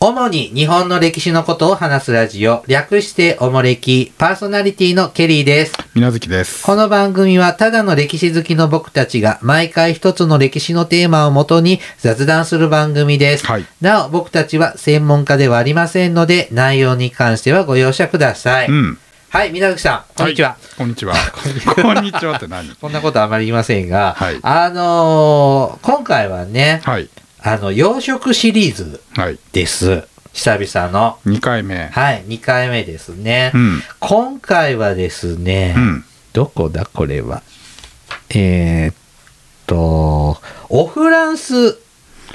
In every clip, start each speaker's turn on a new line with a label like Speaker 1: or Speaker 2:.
Speaker 1: 日本の歴史のことを話すラジオ、略しておもれき、パーソナリティのケリーです。
Speaker 2: 水無月です。
Speaker 1: この番組はただの歴史好きの僕たちが毎回一つの歴史のテーマをもとに雑談する番組です。
Speaker 2: はい
Speaker 1: なお僕たちは専門家ではありませんので内容に関してはご容赦ください。
Speaker 2: うん。
Speaker 1: はい、皆月さん、こんにちは。
Speaker 2: いこんにちは。こんにちはって何
Speaker 1: こんなことあまり言いませんが、
Speaker 2: はい
Speaker 1: あのー今回はね、
Speaker 2: はい。
Speaker 1: あの、洋食シリーズ
Speaker 2: はい。
Speaker 1: です。久々の。
Speaker 2: 2回目。
Speaker 1: はい、2回目ですね。
Speaker 2: うん。
Speaker 1: 今回はですね、
Speaker 2: うん。
Speaker 1: どこだこれは。えーっと、オフランス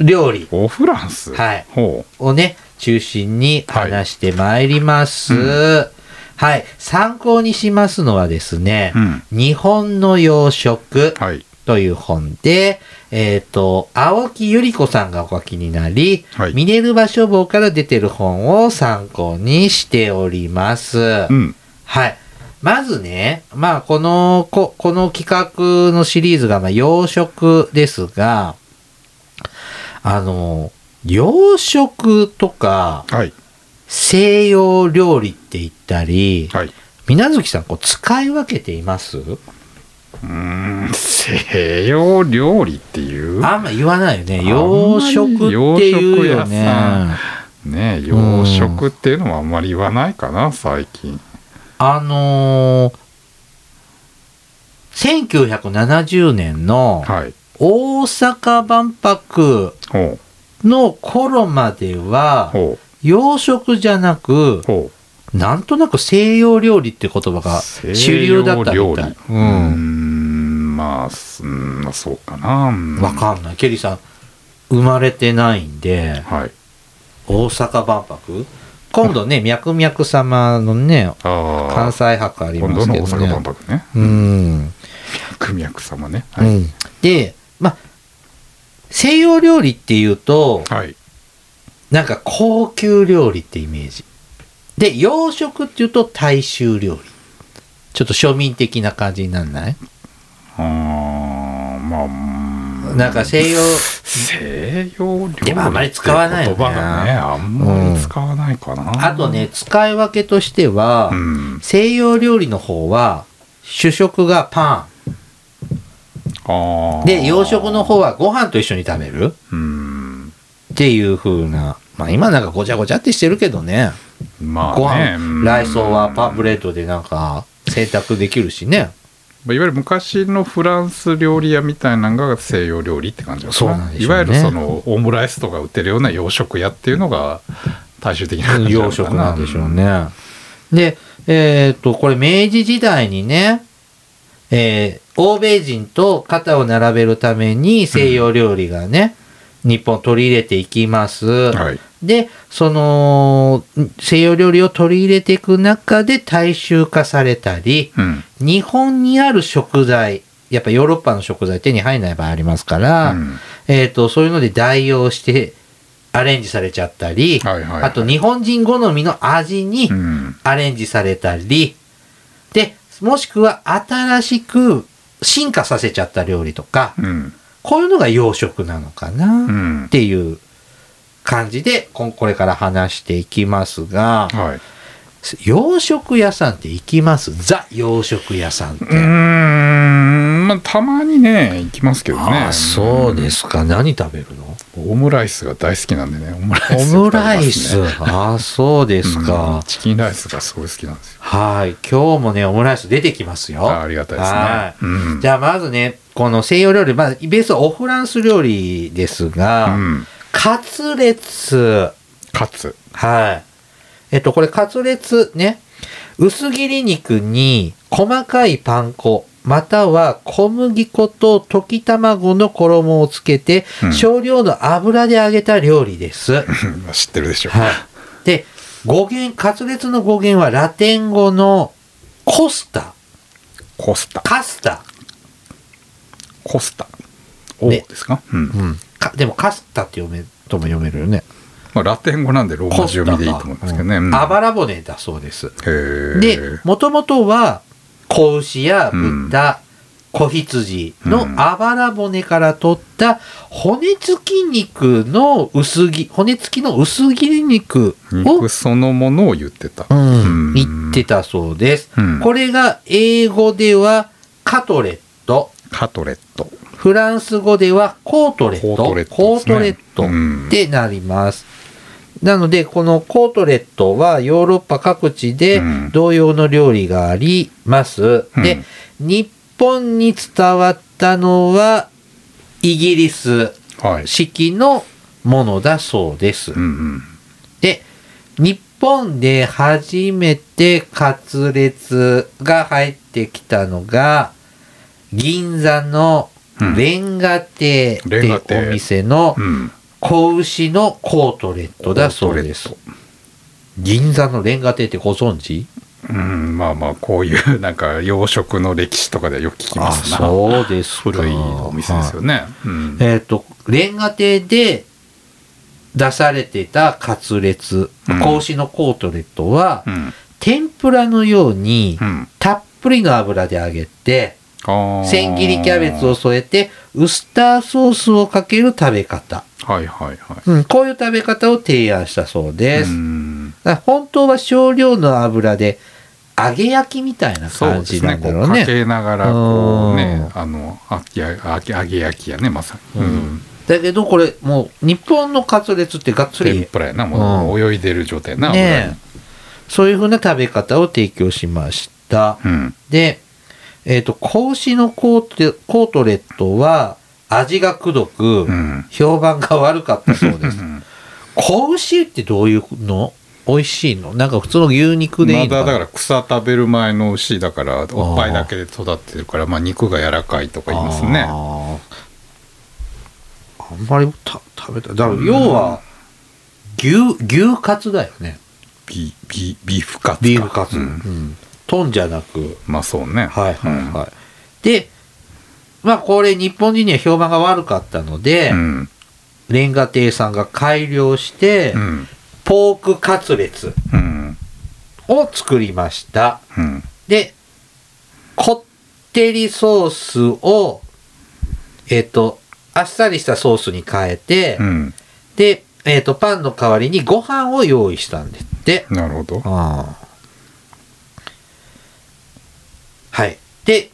Speaker 1: 料理
Speaker 2: オフランス。
Speaker 1: はい
Speaker 2: ほ
Speaker 1: をね、中心に話してまいります。
Speaker 2: は
Speaker 1: はいい、参考にしますのはですね、
Speaker 2: う。うん。
Speaker 1: 日本の洋食
Speaker 2: はい。
Speaker 1: という本で、えっ、と、青木ゆり子さんがお書きになり、
Speaker 2: はい
Speaker 1: ミネルヴァ書房から出てる本を参考にしております。
Speaker 2: うん。
Speaker 1: はい。まずね、まあ、この、こ、この企画のシリーズが、まあ、洋食ですが、あの、洋食とか、
Speaker 2: はい。
Speaker 1: 西洋料理って言ったり、
Speaker 2: はい。
Speaker 1: 水無月さん、こう、使い分けています
Speaker 2: うーん。西洋料理っていう
Speaker 1: あんま言わないよね。
Speaker 2: あん
Speaker 1: 洋
Speaker 2: まり
Speaker 1: 食っていうよね。
Speaker 2: 洋食屋さんねえ洋食っていうのはあんまり言わないかな、最近。
Speaker 1: あのー、1970年の
Speaker 2: はい。
Speaker 1: 大阪万博
Speaker 2: ほ
Speaker 1: の頃まで
Speaker 2: う。
Speaker 1: は、
Speaker 2: ほ
Speaker 1: 洋食じゃなく
Speaker 2: う。、ほ
Speaker 1: なんとなく西洋料理って言葉
Speaker 2: う。
Speaker 1: が主流だったみたい。
Speaker 2: う
Speaker 1: う
Speaker 2: ー
Speaker 1: ん。
Speaker 2: ん。まあ、すうんそうかな。うん
Speaker 1: わかんない。ケリーさん、生まれてないんで、
Speaker 2: はい。
Speaker 1: 大阪万博今度ね、脈々様のね、
Speaker 2: ああ。
Speaker 1: 関西博あり
Speaker 2: 今
Speaker 1: ま
Speaker 2: 度
Speaker 1: す
Speaker 2: の
Speaker 1: けど
Speaker 2: 大阪万
Speaker 1: ね。
Speaker 2: 博ね。
Speaker 1: うん。
Speaker 2: 組役様ね。
Speaker 1: う
Speaker 2: はい。
Speaker 1: ん、で、まあ、西洋料理っていうと、
Speaker 2: はい。
Speaker 1: なんか高級料理ってイメージ。で、洋食っていうと大衆料理。ちょっと庶民的な感じになんない
Speaker 2: あーまあうー、
Speaker 1: なんか西洋、
Speaker 2: 西洋料理
Speaker 1: でもあんまり使わないよね
Speaker 2: って言葉がね、あんまり使わないかな。
Speaker 1: あとね、、使い分けとしては、
Speaker 2: うん。
Speaker 1: 西洋料理の方は、主食がパ
Speaker 2: あ
Speaker 1: ン。
Speaker 2: あ。
Speaker 1: で、洋食の方はご飯と一緒に食べる
Speaker 2: うん。
Speaker 1: っていう風な。まあ今なんかごちゃごちゃってしてるけどね。
Speaker 2: ま
Speaker 1: ご
Speaker 2: あ
Speaker 1: 飯、
Speaker 2: ねうん
Speaker 1: ライソはパンプレートでなんか選択できるし ね。
Speaker 2: まあいわゆる昔のフランス料理屋みたいなのが西洋料理って感じだった
Speaker 1: そうなんでしょう
Speaker 2: い
Speaker 1: ね
Speaker 2: わゆるそのオムライスとか売ってるような洋食屋っていうのが大衆的な感じな
Speaker 1: 洋
Speaker 2: のか
Speaker 1: 食なんでしょうね。で、えっ、と、これ明治時代にね、えー欧米人と肩を並べるために西洋料理がね、日本取り入れていきます。
Speaker 2: はい。
Speaker 1: で、その、西洋料理を取り入れていく中で大衆化されたり、
Speaker 2: うん。
Speaker 1: 日本にある食材、やっぱヨーロッパの食材手に入らない場合ありますから、
Speaker 2: うん
Speaker 1: えっ、と、そういうので代用してアレンジされちゃったり、
Speaker 2: はいはいはい
Speaker 1: あと日本人好みの味に
Speaker 2: うん。
Speaker 1: アレンジされたり、で、もしくは新しく進化させちゃった料理とか、
Speaker 2: うん。
Speaker 1: こういうのが洋食なのか
Speaker 2: う
Speaker 1: なっ
Speaker 2: ん。
Speaker 1: ていう感じで、こんこれから話していきますが、
Speaker 2: はい。
Speaker 1: 洋食屋さんって行きますザ洋食屋さんって。
Speaker 2: うーん、まあ、たまにね、行きますけどね。
Speaker 1: ああ、そうですか。何食べるの
Speaker 2: うん。オムライスが大好きなんでね、オムライ
Speaker 1: オ
Speaker 2: ス、
Speaker 1: ムライス。ああ、そうです
Speaker 2: うん
Speaker 1: か。
Speaker 2: チキンライスがすごい好きなんですよ。
Speaker 1: はい。今日もね、オムライス出てきますよ。
Speaker 2: あありがたいですね。
Speaker 1: は
Speaker 2: うん。
Speaker 1: じゃあ、まずね、この西洋料理、まあ、ベースはオフランス料理ですが、
Speaker 2: うん。
Speaker 1: カツレツ。
Speaker 2: カツ。
Speaker 1: はい。えっと、これ、カツレツね。薄切り肉に細かいパン粉、または小麦粉と溶き卵の衣をつけて、
Speaker 2: うん
Speaker 1: 少量の油で揚げた料理です。
Speaker 2: うん知ってるでしょ。
Speaker 1: はい。で、語源、カツレツの語源はラテン語のコスタ、
Speaker 2: コスタ。
Speaker 1: カスタ。
Speaker 2: コスタ。おう
Speaker 1: ね
Speaker 2: ですか、うん
Speaker 1: うん。かでもカスタって読め、とも読めるよね。
Speaker 2: まあ、ラテン語なんでローマ字読みでいいと思うんですけどね。うん
Speaker 1: あばら骨だそうです。
Speaker 2: へえ。
Speaker 1: で、もともとは、子牛や豚、小羊のあばら骨から取った骨付き肉の薄切骨付きの薄切り肉を
Speaker 2: 肉、そのものを言ってた。
Speaker 1: うん、言ってたそうです。
Speaker 2: うん
Speaker 1: これが英語ではカトレット、
Speaker 2: カトレット。
Speaker 1: フランス語ではコートレット、
Speaker 2: コートレットですね
Speaker 1: コートレットってなります。なので、このコートレットはヨーロッパ各地で
Speaker 2: うん
Speaker 1: 同様の料理があります。
Speaker 2: うん
Speaker 1: で、日本に伝わったのはイギリス
Speaker 2: はい。
Speaker 1: 式のものだそうです。
Speaker 2: うん
Speaker 1: で、日本で初めてカツレツが入ってきたのが、銀座のレンガ亭って
Speaker 2: レンガ
Speaker 1: いう
Speaker 2: 亭
Speaker 1: お店の
Speaker 2: うん。うん。
Speaker 1: 子牛のコートレットだそうです
Speaker 2: コー。
Speaker 1: 銀座のレンガ亭ってご存知
Speaker 2: うん、まあまあ、こういう、なんか、洋食の歴史とかではよく聞きますな。
Speaker 1: そうですか
Speaker 2: 古いお店ですよね。うん。
Speaker 1: えっ、と、レンガ亭で出されてたカツレツ、
Speaker 2: うん
Speaker 1: 子牛のコートレットは、
Speaker 2: うん。
Speaker 1: 天ぷらのように、
Speaker 2: うん。
Speaker 1: たっぷりの油で揚げて、
Speaker 2: あー
Speaker 1: 千切りキャベツを添えて、ウスターソースをかける食べ方。
Speaker 2: はいはいはい。
Speaker 1: うん、こういう食べ方を提案したそうです。
Speaker 2: うん
Speaker 1: だから本当は少量の油で、揚げ焼きみたいな
Speaker 2: そう
Speaker 1: 感
Speaker 2: で
Speaker 1: じ
Speaker 2: す
Speaker 1: な
Speaker 2: ね。
Speaker 1: ん
Speaker 2: こ
Speaker 1: だ
Speaker 2: う
Speaker 1: ろう
Speaker 2: か
Speaker 1: ね。
Speaker 2: けながらこう
Speaker 1: う
Speaker 2: ね、
Speaker 1: ん
Speaker 2: あのあやあ揚げ焼きやねまさに。
Speaker 1: う
Speaker 2: うんん。
Speaker 1: だけどこれ、もう日本のカツレツってがっつ
Speaker 2: 天
Speaker 1: り、
Speaker 2: ぷらやなもう泳いでる状態やな。
Speaker 1: ねえ、そういう風な食べ方を提供しました。
Speaker 2: 俺らにうん。
Speaker 1: で、えっ、と、子牛のコートコートレットは、味がくどく、
Speaker 2: うん
Speaker 1: 評判が悪かったそうです
Speaker 2: う。ん
Speaker 1: 子牛ってどういうの美味しいのなんか普通の牛肉でいい
Speaker 2: ま
Speaker 1: のかな
Speaker 2: だだから草食べる前の牛だからおっぱいだけで育ってるからまあ肉が柔らかいとか言いますね。
Speaker 1: あーあんまりた食べただから要は牛牛カツだよね
Speaker 2: ビビビーフカツか。
Speaker 1: ビーフカツ、
Speaker 2: う
Speaker 1: うん
Speaker 2: ん
Speaker 1: 豚じゃなく
Speaker 2: まあそうね。
Speaker 1: はいはいはい、でまあこれ日本人には評判が悪かったので、
Speaker 2: うん
Speaker 1: レンガ亭さんが改良して、
Speaker 2: うん
Speaker 1: ポークカツレツ
Speaker 2: うん
Speaker 1: を作りました
Speaker 2: うん
Speaker 1: で、こってりソースを、えっ、と、あっさりしたソースに変えて、
Speaker 2: うん
Speaker 1: で、えっ、と、パンの代わりにご飯を用意したんですって。
Speaker 2: なるほど。
Speaker 1: ああはい。で、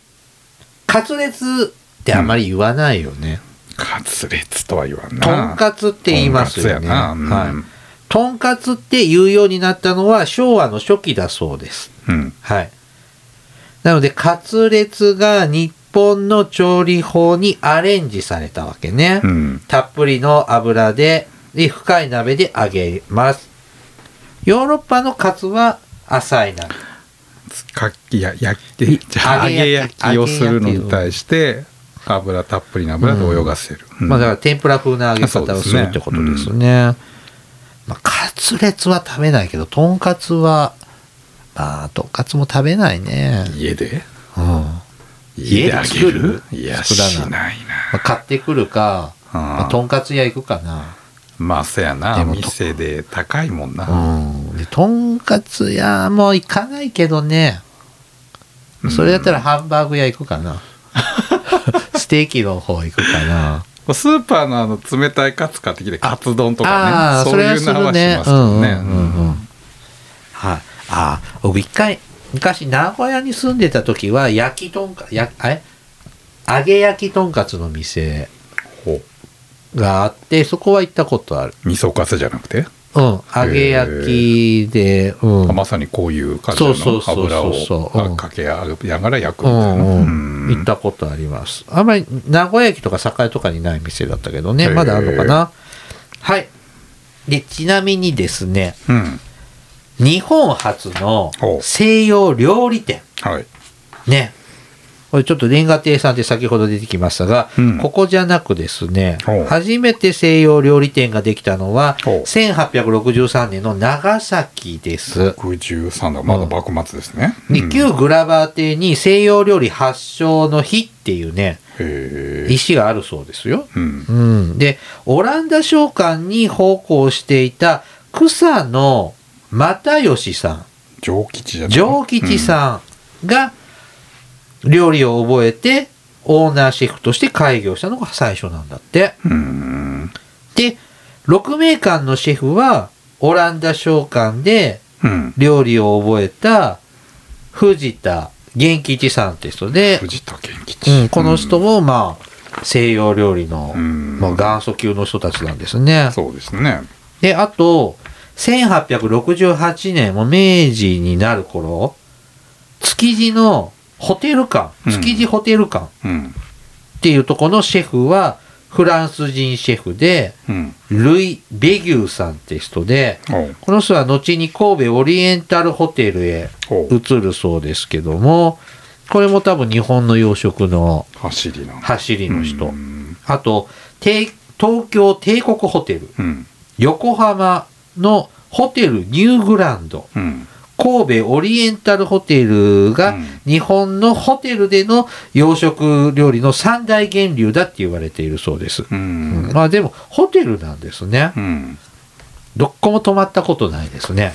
Speaker 1: カツレツってあんまり言わないよね。
Speaker 2: カツレツとは言わんな。
Speaker 1: とんかつって言いますよね。
Speaker 2: とんかつやな
Speaker 1: は
Speaker 2: う
Speaker 1: い
Speaker 2: ん。
Speaker 1: とんかつって言うようになったのは昭和の初期だそうです。
Speaker 2: うん
Speaker 1: はい。なので、カツレツが日本の調理法にアレンジされたわけね。
Speaker 2: うん
Speaker 1: たっぷりの油で、で深い鍋で揚げます。ヨーロッパのカツは浅い鍋。
Speaker 2: かきや焼
Speaker 1: い
Speaker 2: きじゃあ
Speaker 1: 揚
Speaker 2: 揚
Speaker 1: げ
Speaker 2: げ
Speaker 1: 焼
Speaker 2: 焼
Speaker 1: き
Speaker 2: きをするのに対して油たっぷりの油で泳がせる、うん
Speaker 1: まあだから天ぷら風な揚げ方をするってことですね。
Speaker 2: そう
Speaker 1: まあ、カツレツは食べないけど、とんかつは、まあ、とんかつも食べないね。
Speaker 2: 家で
Speaker 1: うん。ま家で作る
Speaker 2: 家で揚げいや
Speaker 1: 作
Speaker 2: し
Speaker 1: らない
Speaker 2: ない
Speaker 1: あ、買ってくるか、
Speaker 2: な、うん
Speaker 1: まあ、とんかつ屋行くかな。
Speaker 2: まあせや
Speaker 1: で
Speaker 2: な
Speaker 1: もと
Speaker 2: 店で高いもんな、
Speaker 1: うん、でとんかつ屋も行かないけどねそれだったらハンバーグ屋行くか な、ステーキの方行くかな
Speaker 2: スーパーのあの冷たいカツ買ってきてカツ丼と
Speaker 1: あ
Speaker 2: か
Speaker 1: あ
Speaker 2: ね
Speaker 1: そ
Speaker 2: そう
Speaker 1: れ
Speaker 2: い
Speaker 1: は
Speaker 2: う
Speaker 1: す
Speaker 2: の
Speaker 1: る
Speaker 2: は
Speaker 1: ね
Speaker 2: します
Speaker 1: う
Speaker 2: けど
Speaker 1: んう
Speaker 2: ね、
Speaker 1: んうんうんはいああ僕一回昔名古屋に住んでた時は焼きとんかやあれ揚げ焼きとんかつの店
Speaker 2: ほ
Speaker 1: があってそこは行ったことある
Speaker 2: う味噌カツじゃなくて、
Speaker 1: うん揚げ焼きで、うん、
Speaker 2: まさにこういう感じの
Speaker 1: そうそうそう
Speaker 2: 油
Speaker 1: そう
Speaker 2: を
Speaker 1: そううん
Speaker 2: かけやがら焼く
Speaker 1: う
Speaker 2: みたいな、
Speaker 1: んう
Speaker 2: うん
Speaker 1: ん、行ったことあります。あんまり名古屋駅とか栄とかにない店だったけどね、
Speaker 2: へー
Speaker 1: まだあるのかな。はい。で、ちなみにですね、
Speaker 2: うん
Speaker 1: 日本初の
Speaker 2: ほう
Speaker 1: 西洋料理店。
Speaker 2: はい
Speaker 1: ね。これちょっとレンガ亭さんって先ほど出てきましたが、
Speaker 2: うん
Speaker 1: ここじゃなくですね
Speaker 2: ほう、
Speaker 1: 初めて西洋料理店ができたのは、
Speaker 2: ほう
Speaker 1: 1863年の長崎です。
Speaker 2: 63だまだ幕末ですね、
Speaker 1: で旧グラバー邸に西洋料理発祥の日っていうね、
Speaker 2: へえ、
Speaker 1: 石があるそうですよ。
Speaker 2: うん、
Speaker 1: うん、でオランダ商館に奉公していた草野又吉さ
Speaker 2: 上吉じゃ
Speaker 1: ん
Speaker 2: ない
Speaker 1: 上吉さんが料理を覚えてオーナーシェフとして開業したのが最初なんだって。
Speaker 2: うん。
Speaker 1: で、6名間のシェフは、オランダ商館で
Speaker 2: うん。
Speaker 1: 料理を覚えた藤田元吉さんって人で、
Speaker 2: 藤田健吉。
Speaker 1: うん、この人も、まあ、西洋料理の、
Speaker 2: うん
Speaker 1: まあ、元祖級の人たちなんですね。
Speaker 2: そうですね。
Speaker 1: で、あと、1868年、もう明治になる頃、築地のホテル館、
Speaker 2: うん
Speaker 1: 築地ホテル館っ
Speaker 2: うん。
Speaker 1: ていうとこのシェフは、フランス人シェフで、
Speaker 2: うん。
Speaker 1: ルイ・ベギューさんって人で、
Speaker 2: おう
Speaker 1: この人は後に神戸オリエンタルホテルへ
Speaker 2: おう。
Speaker 1: 移るそうですけども、これも多分日本の洋食の
Speaker 2: 走りの。
Speaker 1: 走りの人。
Speaker 2: うん。
Speaker 1: あと、帝東京帝国ホテル、
Speaker 2: うん。
Speaker 1: 横浜のホテルニューグランド、
Speaker 2: うん。
Speaker 1: 神戸オリエンタルホテル
Speaker 2: う
Speaker 1: が
Speaker 2: ん
Speaker 1: 日本のホテルでの洋食料理の三大源流だって言われているそうです。
Speaker 2: う
Speaker 1: うん
Speaker 2: ん。
Speaker 1: まあでも、ホテルなんですね
Speaker 2: う。ん。
Speaker 1: どっこも泊まったことないです ね。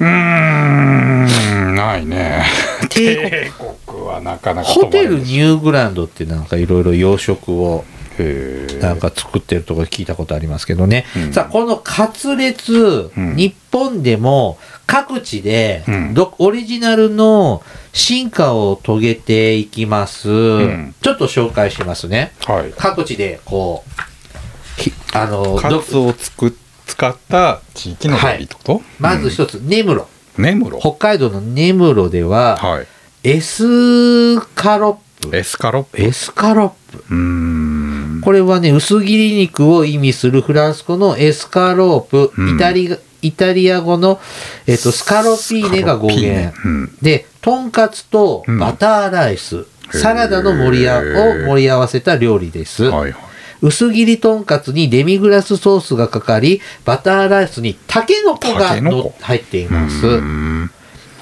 Speaker 2: うーん。ないね。
Speaker 1: 帝国
Speaker 2: 帝国はなかなか止
Speaker 1: ホ
Speaker 2: まれ
Speaker 1: テ
Speaker 2: ない
Speaker 1: ルニューグランドってなんかいろいろ洋食を
Speaker 2: へえ
Speaker 1: なんか作ってるとこ聞いたことありますけどね。
Speaker 2: うん
Speaker 1: さあ、このカツレツ、
Speaker 2: うん
Speaker 1: 日本でも各地で、
Speaker 2: うん
Speaker 1: どオリジナルの進化を遂げていきます。
Speaker 2: ん
Speaker 1: ちょっと紹介しますね。
Speaker 2: はい
Speaker 1: 各地で、こう、ひあの、
Speaker 2: カ
Speaker 1: ど
Speaker 2: ツをつく使った地域の料理ってこと
Speaker 1: まず
Speaker 2: つ、
Speaker 1: 一つ、根室。
Speaker 2: うん根室
Speaker 1: 北海道の根室では、
Speaker 2: はい
Speaker 1: エスカロップ。
Speaker 2: エスカロップ
Speaker 1: エスカロップ。
Speaker 2: うーん
Speaker 1: これはね、薄切り肉を意味するフランス語のエスカロープ、
Speaker 2: うん
Speaker 1: イタリイタリア語の、えっとスカロピーネが語
Speaker 2: スカロピーネ
Speaker 1: 源。
Speaker 2: うん
Speaker 1: で、とんかつと
Speaker 2: うん
Speaker 1: バターライス、
Speaker 2: ー
Speaker 1: サラダの盛りあを盛り合わせた料理です。
Speaker 2: はいはい
Speaker 1: 薄切りとんかつにデミグラスソースがかかり、バターライスにタケノコ
Speaker 2: タ
Speaker 1: が
Speaker 2: ケノコ
Speaker 1: の入っていうます。
Speaker 2: ーん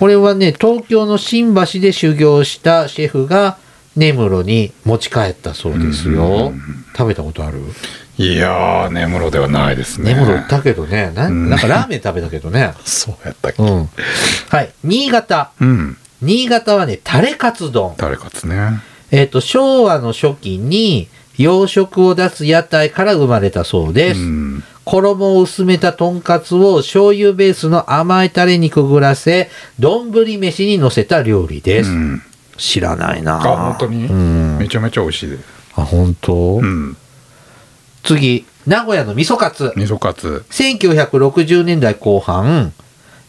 Speaker 1: これはね、東京の新橋で修行したシェフが根室に持ち帰ったそうですよ。食べたことある
Speaker 2: いやー根室ではないですね
Speaker 1: 根室行ったけどね、な
Speaker 2: うん
Speaker 1: なんかラーメン食べたけどね。
Speaker 2: そうやったっけ
Speaker 1: うん。はい。新潟。
Speaker 2: うん
Speaker 1: 新潟はね、タレカツ丼。
Speaker 2: 誰かつね
Speaker 1: えっ、と、昭和の初期に洋食を出す屋台から生まれたそう
Speaker 2: う
Speaker 1: です。
Speaker 2: ん
Speaker 1: 衣を薄めたとんかつを醤油ベースの甘いタレにくぐらせ、丼飯に乗せた料理です。
Speaker 2: うん
Speaker 1: 知らないなぁ
Speaker 2: あ本当に
Speaker 1: うん。
Speaker 2: めちゃめちゃ美味しいです
Speaker 1: あ、本当、
Speaker 2: うん
Speaker 1: 次、名古屋の味噌カツ。
Speaker 2: 味噌カツ
Speaker 1: 1960年代後半、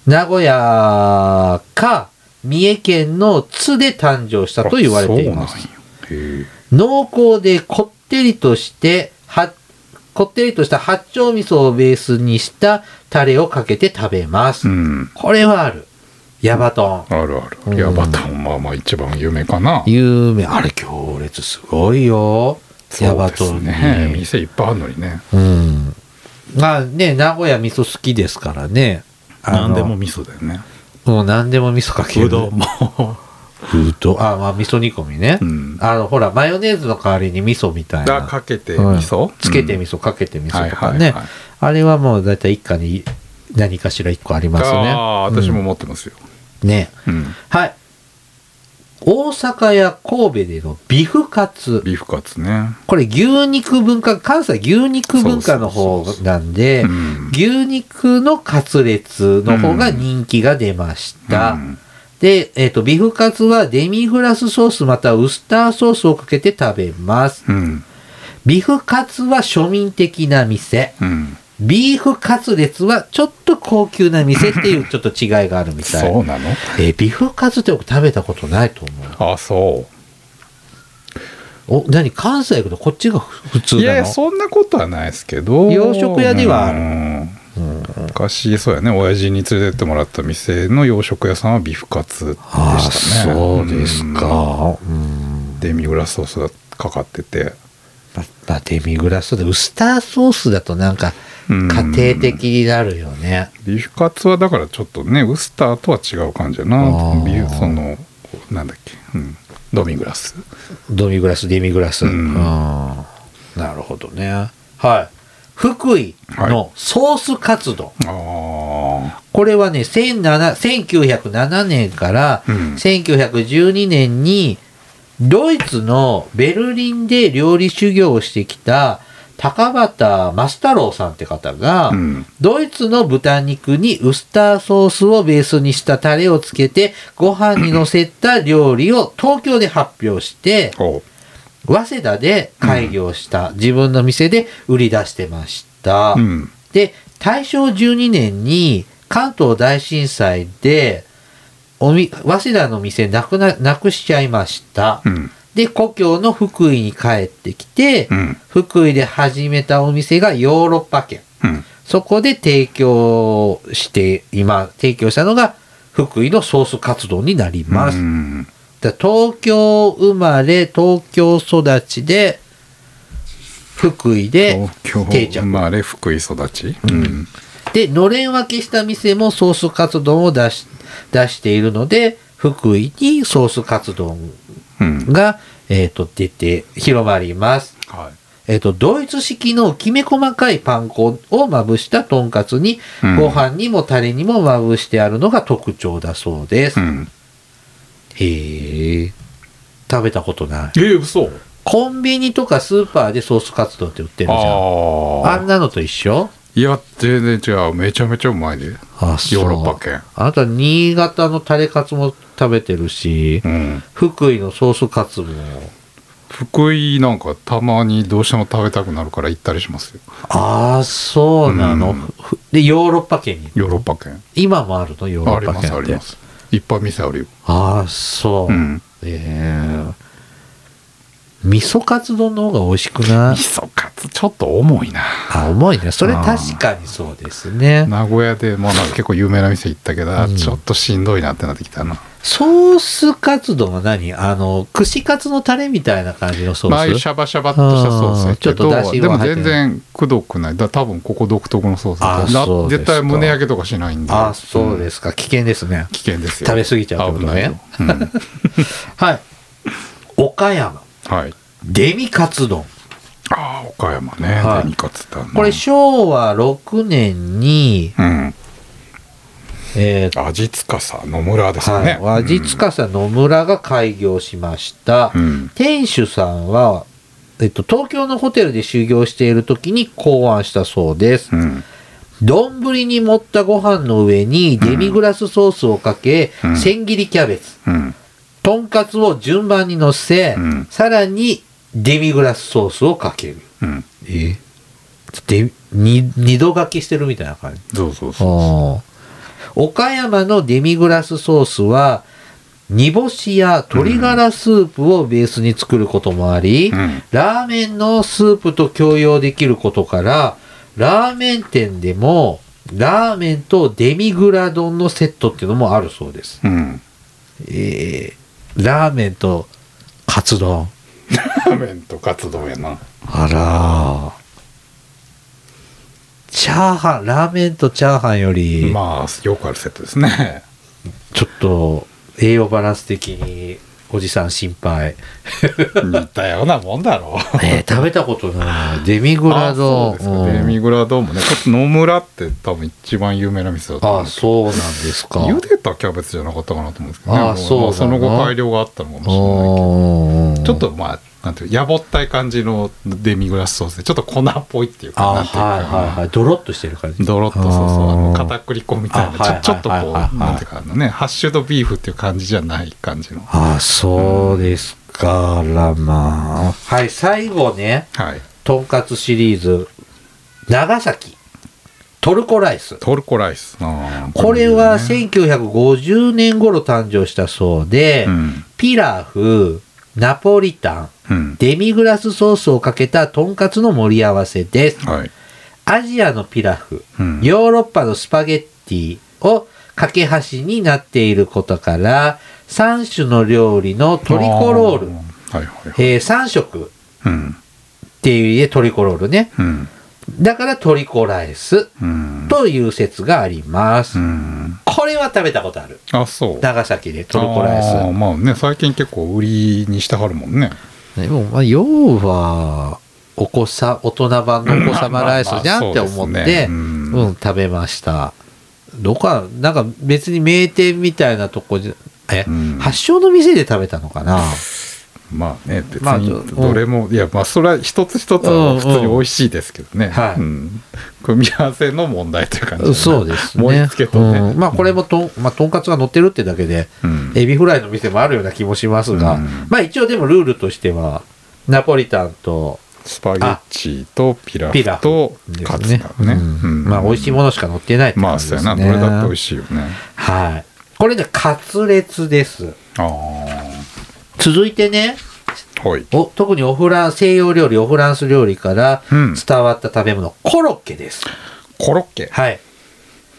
Speaker 1: 名古屋か三重県の津で誕生したと言われています
Speaker 2: あ。そうなんやへえ
Speaker 1: 濃厚でこってりとして、は、こってりとした八丁味噌をベースにしたタレをかけて食べます。
Speaker 2: うん
Speaker 1: これはある。ヤバト
Speaker 2: あるあ
Speaker 1: うん
Speaker 2: るヤバタンまあまあ一番有名かな
Speaker 1: ン。有名。あれ行列すごいよ。ヤバト
Speaker 2: そう
Speaker 1: ン
Speaker 2: です
Speaker 1: に。
Speaker 2: ね店いっぱいあるのにね
Speaker 1: うん。まあね、名古屋味噌好きですからね。あの
Speaker 2: 何でも味噌だよね
Speaker 1: もう何でも味噌かける。
Speaker 2: うどんも
Speaker 1: うどんあ、まあ、味噌煮込みね。
Speaker 2: うん
Speaker 1: あの、ほら、マヨネーズの代わりに味噌みたいな。
Speaker 2: がかけて味
Speaker 1: う
Speaker 2: 噌、
Speaker 1: んつけて味
Speaker 2: 噌
Speaker 1: 噌、かけて味
Speaker 2: は
Speaker 1: 噌
Speaker 2: い
Speaker 1: とか
Speaker 2: はい
Speaker 1: ね。
Speaker 2: はい
Speaker 1: あれはもう大体一家に何かしら一個ありますね。
Speaker 2: ああ私も
Speaker 1: うん
Speaker 2: 持ってますよ、
Speaker 1: ね。
Speaker 2: うん、
Speaker 1: はい。大阪や神戸でのビフカツ。
Speaker 2: ビーフカツね
Speaker 1: これ牛肉文化、関西牛肉文化の方
Speaker 2: そうそうそうそう
Speaker 1: なんで、
Speaker 2: うん
Speaker 1: 牛肉のカツレツの方が人気が出ました。
Speaker 2: うん
Speaker 1: で、えっ、と、ビフカツはデミグラスソースまたはウスターソースをかけて食べます。
Speaker 2: うん
Speaker 1: ビフカツは庶民的な店。
Speaker 2: うん
Speaker 1: ビーフカツレツはちょっと高級な店っていうちょっと違いがあるみたい。
Speaker 2: そうなの
Speaker 1: えービフカツって僕食べたことないと
Speaker 2: あそ
Speaker 1: 思う。お、何関西行くとこっちが普通
Speaker 2: う
Speaker 1: ないの
Speaker 2: やいやそんなことはないですけど
Speaker 1: 洋食屋ではある
Speaker 2: る昔そうやね親父に連れてってもらった店の洋食屋さんはビーフカツで
Speaker 1: ああ
Speaker 2: したね
Speaker 1: そうですか。うん
Speaker 2: うんデミグラスソースがかかってて
Speaker 1: ままあ、デミグラスソースでウスターソースだとなんか
Speaker 2: うん
Speaker 1: 家庭的になるよね。
Speaker 2: ビーフカツはだからちょっとねウスターとは違う感じやな
Speaker 1: あー
Speaker 2: ビーフそのなんだっけ、うん、ドミグラス
Speaker 1: ドミグラス、デミグラス。う
Speaker 2: うん
Speaker 1: ん、なるほどね。はい。福井のソースカツ丼。
Speaker 2: ああ
Speaker 1: これはね、17 1907年から
Speaker 2: うん
Speaker 1: 1912年にドイツのベルリンで料理修行をしてきた高畑マス太郎さんって方が、
Speaker 2: うん
Speaker 1: ドイツの豚肉にウスターソースをベースにしたタレをつけてご飯にのせた料理を東京で発表して
Speaker 2: ほ
Speaker 1: 早稲田で開業した、自分の店で売り出してました、
Speaker 2: ううん
Speaker 1: で大正12年に関東大震災でおみ早稲田の店なくななくしちゃいました、
Speaker 2: うん
Speaker 1: で故郷の福井に帰ってきて、
Speaker 2: うん
Speaker 1: 福井で始めたお店がヨーロッパ圏
Speaker 2: うん
Speaker 1: そこで提供して今提供したのが福井のソース活動になります、
Speaker 2: うん
Speaker 1: だから東京生まれ東京育ちで福井で
Speaker 2: 東京
Speaker 1: 定
Speaker 2: 生
Speaker 1: 着
Speaker 2: まれ福井育ち
Speaker 1: ん
Speaker 2: うん
Speaker 1: でのれん分けした店もソースカツ丼を出し出しているので福井にソースカツ丼
Speaker 2: うん
Speaker 1: が、えー、と出て広まります
Speaker 2: はい
Speaker 1: えっと、ドイツ式のきめ細かいパン粉をまぶしたとんかつに、
Speaker 2: うん
Speaker 1: ご飯にもタレにもまぶしてあるのが特徴だそうです。
Speaker 2: うん
Speaker 1: へえ。食べたことない。
Speaker 2: えー嘘
Speaker 1: コンビニとかスーパーでソースカツ丼って売ってるじゃん。あ
Speaker 2: あ
Speaker 1: ん
Speaker 2: あ
Speaker 1: なのと一緒
Speaker 2: いや全然違うめちゃめちゃうまいでヨ
Speaker 1: あ、そう
Speaker 2: ーロッパ圏
Speaker 1: あなた、新潟のタレカツも食べてるし、
Speaker 2: うん
Speaker 1: 福井のソースカツも。
Speaker 2: 福井なんかたまにどうしても食べたくなるから行ったりしますよ
Speaker 1: ああ、そうなの、
Speaker 2: うん
Speaker 1: ふで、ヨーロッパ圏に。
Speaker 2: ヨーロッパ圏
Speaker 1: 今もあるのヨーロ
Speaker 2: あり
Speaker 1: ッパ
Speaker 2: ます
Speaker 1: 圏
Speaker 2: あ
Speaker 1: っ
Speaker 2: り
Speaker 1: て
Speaker 2: ま。すいっぱい店あるよ
Speaker 1: ああそう、
Speaker 2: うん
Speaker 1: ええ味噌カツ丼の方が美味しくない
Speaker 2: 味噌カツちょっと重いな
Speaker 1: あ重いねそれ確かにそうですね
Speaker 2: 名古屋でもなんか結構有名な店行ったけど、
Speaker 1: ん
Speaker 2: ちょっとしんどいなってなってきたな
Speaker 1: ソースカツ丼は何あの串カツのタレみたいな感じのソ
Speaker 2: まあああいう
Speaker 1: ー
Speaker 2: シ
Speaker 1: ス
Speaker 2: ャバシャバっとしたソースやけど
Speaker 1: あーちょっと出汁
Speaker 2: で
Speaker 1: は
Speaker 2: も
Speaker 1: 入ってない
Speaker 2: 全然くどくないだ多分ここ独特のソ
Speaker 1: あ
Speaker 2: ー
Speaker 1: ー
Speaker 2: スだ
Speaker 1: そうです
Speaker 2: 絶
Speaker 1: か
Speaker 2: 対胸焼けとかしないんで、
Speaker 1: あそうですすか危険ですね
Speaker 2: うん危険ですよ
Speaker 1: 食べ過ぎちゃうって
Speaker 2: 危
Speaker 1: こと
Speaker 2: ないよ
Speaker 1: ね、
Speaker 2: うん
Speaker 1: はい岡山
Speaker 2: はい
Speaker 1: デミカツ丼
Speaker 2: ああ岡山ね
Speaker 1: はい
Speaker 2: 何かっつったらな
Speaker 1: これ昭和6年に、
Speaker 2: うん
Speaker 1: えー
Speaker 2: 味塚さ野村ですか
Speaker 1: は
Speaker 2: ね
Speaker 1: い、和地司野村が開業しました、
Speaker 2: うん
Speaker 1: 店主さんは、えっと、東京のホテルで修行している時に考案したそうです
Speaker 2: う。ん
Speaker 1: 丼、に盛ったご飯の上にデミグラスソースをかけ、
Speaker 2: うん
Speaker 1: 千切りキャベツ、
Speaker 2: うん
Speaker 1: とんかつを順番に乗せ、
Speaker 2: うん
Speaker 1: さらにデミグラスソースをかける。
Speaker 2: うん
Speaker 1: えでに二度がきしてるみたいな感じ。
Speaker 2: そうそうそう
Speaker 1: ああ岡山のデミグラスソースは煮干しや鶏ガラスープをベースに作ることもあり、
Speaker 2: うん
Speaker 1: ラーメンのスープと共用できることからラーメン店でもラーメンとデミグラ丼のセットっていうのもあるそうです、
Speaker 2: うん
Speaker 1: えーラーメンとカツ丼
Speaker 2: ラーメンとカツ丼やな
Speaker 1: あらーチャーハンラーメンとチャーハンより、
Speaker 2: まあよくあるセットですね
Speaker 1: ちょっと栄養バランス的におじさん心配。
Speaker 2: 似たようなもんだろう
Speaker 1: えー食べたことない。デミグラ
Speaker 2: そ
Speaker 1: ド
Speaker 2: うですかデミグラドームねちょっと野村って多分一番有名な店だと
Speaker 1: あ
Speaker 2: 思
Speaker 1: あ、
Speaker 2: う
Speaker 1: そうなんですか。
Speaker 2: 茹でたキャベツじゃなかったかなと思うんですけどね
Speaker 1: あ
Speaker 2: もう
Speaker 1: そうだな
Speaker 2: その後改良があったのかもしれない
Speaker 1: うん
Speaker 2: ちょっとまあなんていうやぼったい感じのデミグラスソースでちょっと粉っぽいっていうか
Speaker 1: あ
Speaker 2: な
Speaker 1: あ
Speaker 2: んていうか
Speaker 1: はいはいはい。ドロッとしてる感じ。
Speaker 2: ドロッとそうそう
Speaker 1: あー
Speaker 2: あの片栗粉みたい
Speaker 1: あはいはい
Speaker 2: なちょちょっとこ
Speaker 1: はいはいう
Speaker 2: なんていうかあのねハッシュドビーフっていう感じじゃない感じのは
Speaker 1: ああ、そうですか。あらまあ。はい、最後ね、
Speaker 2: い
Speaker 1: とんかつシリーズ。長崎、トルコライス。
Speaker 2: トルコライスあー
Speaker 1: これは
Speaker 2: こういうね
Speaker 1: 1950年頃誕生したそうで、
Speaker 2: うん
Speaker 1: ピラフ、ナポリタン、
Speaker 2: うん
Speaker 1: デミグラスソースをかけたとんかつの盛り合わせです。
Speaker 2: はい
Speaker 1: アジアのピラフ、
Speaker 2: うん
Speaker 1: ヨーロッパのスパゲッティを架け橋になっていることから、3種の料理のトリコロール、
Speaker 2: あはいはいはい
Speaker 1: え3色
Speaker 2: うん
Speaker 1: っていう意味でトリコロールね。
Speaker 2: うん
Speaker 1: だからトリコライス
Speaker 2: うん
Speaker 1: という説があります。
Speaker 2: うん
Speaker 1: これは食べたことある。
Speaker 2: あそう
Speaker 1: 長崎でトルコライ
Speaker 2: あーまあね最近結構売りにしてはるもんね
Speaker 1: ス。でも、まあ、要は、お子さ、大人版のお子様ライスじゃんって思っ
Speaker 2: まあまあそうで
Speaker 1: て、
Speaker 2: すねうん
Speaker 1: うん、食べました。どこか、なんか別に名店みたいなとこじゃ、え、
Speaker 2: うん
Speaker 1: 発祥の店で食べたのかな
Speaker 2: まあね別
Speaker 1: まあちょ
Speaker 2: にどれも、いやまあそれは一つ一つは普通に美味しいですけどね、
Speaker 1: うんはい
Speaker 2: うん組み合わせの問題という感じだな
Speaker 1: そうですね。
Speaker 2: 盛り付けとね、
Speaker 1: うんまあこれもと、まあ、とんかつが乗ってるってだけで、
Speaker 2: うん
Speaker 1: エビフライの店もあるような気もしますが、
Speaker 2: うん
Speaker 1: まあ一応でもルールとしては、ナポリタンと
Speaker 2: スパゲッチーとピラ
Speaker 1: ピラ
Speaker 2: フ
Speaker 1: フ
Speaker 2: と
Speaker 1: です
Speaker 2: カツ
Speaker 1: ね
Speaker 2: だね
Speaker 1: うん
Speaker 2: うん
Speaker 1: まあ美味しいものしか乗ってないって
Speaker 2: ま
Speaker 1: 感
Speaker 2: あ
Speaker 1: じ
Speaker 2: そう
Speaker 1: です
Speaker 2: や
Speaker 1: ね。
Speaker 2: などれだって美味
Speaker 1: しい。
Speaker 2: しいよね
Speaker 1: はい。これでカツレツです。
Speaker 2: あ
Speaker 1: 続いてね、
Speaker 2: あはい
Speaker 1: お特にオフラン西洋料理、オフランス料理から
Speaker 2: うん
Speaker 1: 伝わった食べ物、コロッケです。
Speaker 2: コロッケ
Speaker 1: はい。